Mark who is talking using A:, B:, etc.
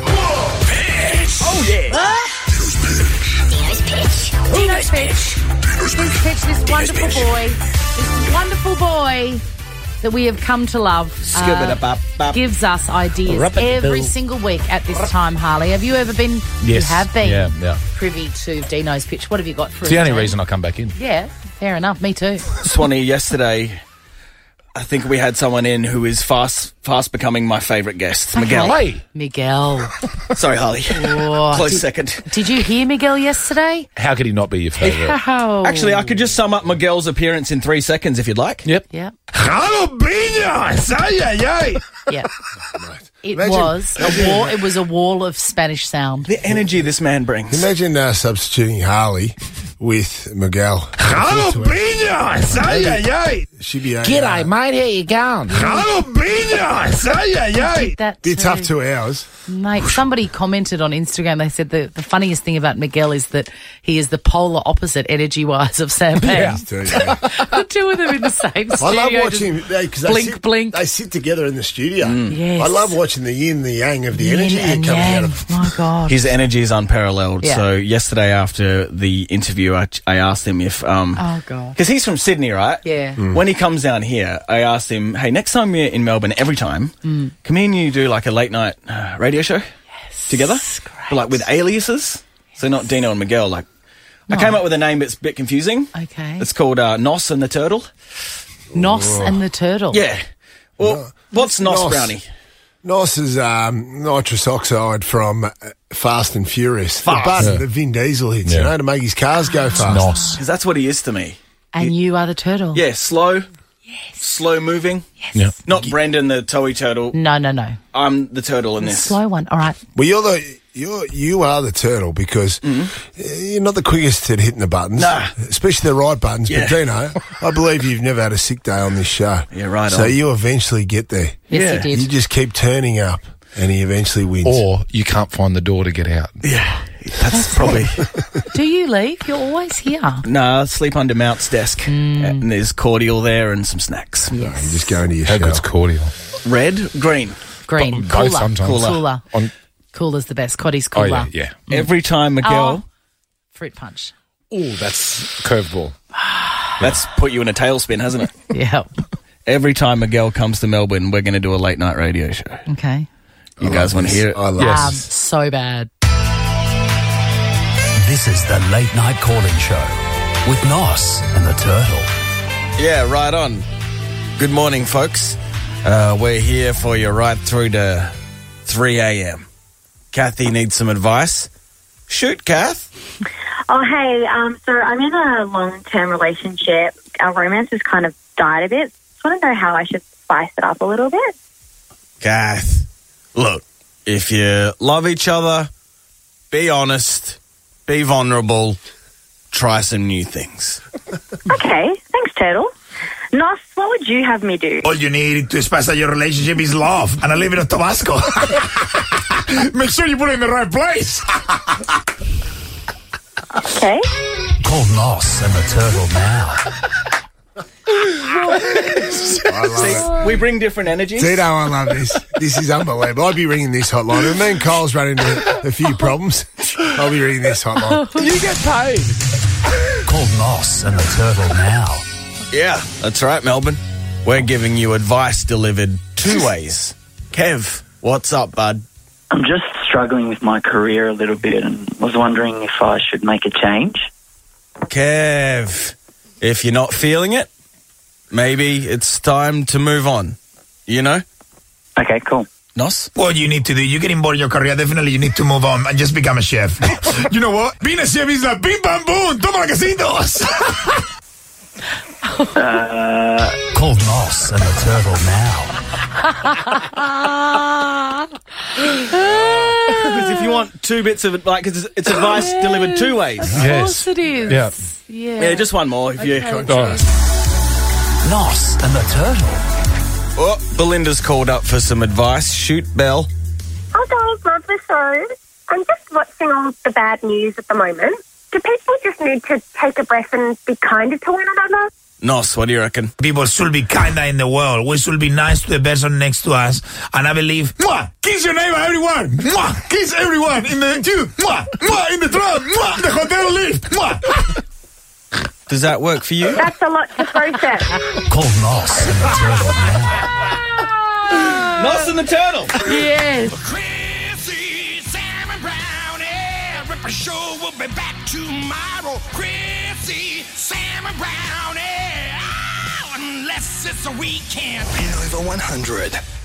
A: Oh,
B: pitch. We pitch this wonderful boy, this wonderful boy that we have come to love. uh,
A: Skibbida-bop-bop.
B: gives us ideas
A: Rub it,
B: every
A: Bill.
B: single week at this time, Harley. Have you ever been? You
C: Yes.
B: have been
C: Yeah, yeah.
B: privy to Dino's pitch. What have you got for
C: It's the
B: us,
C: only
B: Dan?
C: reason I come back in.
B: Yeah, fair enough. Me too.
A: Swanee yesterday. I think we had someone in who is fast fast becoming my favourite guest, Miguel.
C: Hey,
B: Miguel.
A: Sorry, Harley.
B: Oh,
A: Close
B: did-
A: second.
B: Did you hear Miguel yesterday?
C: how could he not be your favourite?
B: Oh.
A: Actually, I could just sum up Miguel's appearance in three seconds if you'd like.
C: yep.
B: Yeah.
C: Jalapenos!
B: Yeah. It
D: Imagine-
B: was a wall. It was a wall of Spanish sound.
A: The energy this man brings.
D: Imagine uh, substituting Harley with Miguel.
C: Jalapenos!
D: She'd be.
C: G'day, mate. How you going?
B: Did that
D: Be
B: too.
D: tough two hours.
B: Mate, somebody commented on Instagram. They said the, the funniest thing about Miguel is that he is the polar opposite energy wise of Sam Payne.
D: Tell you that.
B: the two of them in the same studio.
D: I love
B: just-
D: watching because they,
B: blink,
D: sit-
B: blink. Mm.
D: They sit together in the studio.
B: Yes.
D: I love watching the yin, the yang of the
B: Yin
D: energy that
B: and
D: comes out
B: yang.
D: of.
B: My God.
A: His energy is unparalleled.
B: Yeah.
A: So yesterday after the interview, I, I asked him if um,
B: Oh, God.
A: because he's from Sydney, right?
B: Yeah. Mm.
A: When he comes down here, I asked him, "Hey, next time you're in Melbourne, every time,
B: Mm.
A: can me and you do like a late night uh, radio show together,
B: great.
A: but like with aliases? So not Dino and Miguel. Like, I came up with a name that's a bit confusing.
B: Okay.
A: It's called uh, Nos and the Turtle.
B: Nos and the Turtle.
A: Yeah. Well, what's Nos,
D: Nos.
A: Brownie?
D: Nos is um, nitrous oxide from uh, Fast and Furious.
A: Fast.
D: The button
C: Yeah.
D: that Vin Diesel hits,
C: Yeah.
D: you know, to make his cars go fast.
C: Nos.
A: Because that's what he is to me.
B: And you are the turtle.
A: Yeah, slow. Yes. Slow moving.
C: Yeah.
A: Not Brandon the Toey Turtle.
B: No, no, no.
A: I'm the turtle in this.
B: Slow one. All right.
D: Well, you're the you're you are the turtle because uh, you're not the quickest at hitting the buttons,
A: Mm-hmm. Nah.
D: especially the right buttons.
A: Yeah.
D: But Dino, I believe you've never had a sick day on this show.
A: Yeah, right
D: So
A: on.
D: you eventually get there.
B: Yes, he
D: You
B: did.
D: just keep turning up, and he eventually wins.
A: Oh.
C: Or you can't find the door to get out.
A: Yeah, that's probably.
B: Do you leave? You're always here.
A: nah, sleep under Mount's desk, Uh, and there's cordial there and some snacks.
D: No, you just go into your
C: How
D: shell.
C: good's cordial?
A: Red, green.
B: Green.
C: Both
B: Cooler.
C: sometimes.
B: Cooler. Cooler.
C: Cooler. On,
B: Cooler's the best. Coddy's
C: oh,
B: cooler.
C: yeah, yeah.
A: Every time Miguel,
B: Oh. Fruit punch.
C: Oh, that's curveball.
A: that's put you in a tailspin, hasn't it?
B: Yeah.
A: Every time Miguel comes to Melbourne, we're going to do a late night radio show.
B: Okay.
A: You guys want to hear it?
D: I love
B: Um, so bad.
E: This is the Late Night Calling Show with Nos and the Turtle.
A: Yeah, right on. Good morning, folks. Uh, we're here for you right through to 3 a.m. Kathy needs some advice. Shoot, Kath.
F: Oh, hey. Um, so I'm in a long term relationship. Our romance has kind of died a bit. Just want to know how I should spice it up a little bit.
A: Kath, look, if you love each other, be honest, be vulnerable, try some new things.
F: Okay. Thanks, Turtle. Nos, what would you have me do?
G: All you need to spice up your relationship is love and a little bit of Tabasco. Make sure you put it in the right place.
F: Okay.
E: Call Nos and the Turtle now.
D: it. I love it.
A: We bring different energies.
D: Tito, I love this. This is unbelievable. I'd be ringing this hotline. If me and Cole's run into a few problems, I'll be ringing this hotline.
A: You get paid.
E: Call Nos and the Turtle now.
A: Yeah, that's right, Melbourne. We're giving you advice delivered two ways. Kev, what's up, bud?
H: I'm just struggling with my career a little bit and was wondering if I should make a change.
A: Kev, if you're not feeling it, maybe it's time to move on. You know?
H: Okay, cool.
A: Nos?
G: What you need to do, you get involved in your career, definitely you need to move on and just become a chef. you know what? Being a chef is like bing bam boom, toma casitos.
E: Call Nos and the Turtle now.
A: Because if you want two bits of advice, because it's, it's advice delivered two ways.
B: Of
C: Yes.
B: course it is.
C: Yeah.
B: Yeah.
A: Yeah, just one more if you.
C: Oh,
E: Nos and the Turtle.
A: Oh, Belinda's called up for some advice. Shoot, Bell.
I: Hi guys, Oh, love the show. I'm just watching all the bad news at the moment. Do people just need to take a breath and be kinder to one another?
A: Nos, what do you reckon?
G: People should be kinder in the world. We should be nice to the person next to us. And I believe, mwah, kiss your neighbor, everyone. Mwah, kiss everyone in the queue. Mwah, mwah, in the tram. Mwah, the hotel lift. Mwah.
A: Does that work for you?
I: That's a lot to process.
E: Call Nos and the Turtle now.
A: Nos and the Turtle.
B: Yes.
J: Chrissy, Sam, and Brownie. Ripper Show will be back tomorrow. Chrissy, Sam, and eh, ah, Brownie. Oh, unless it's a weekend.
E: Over 100.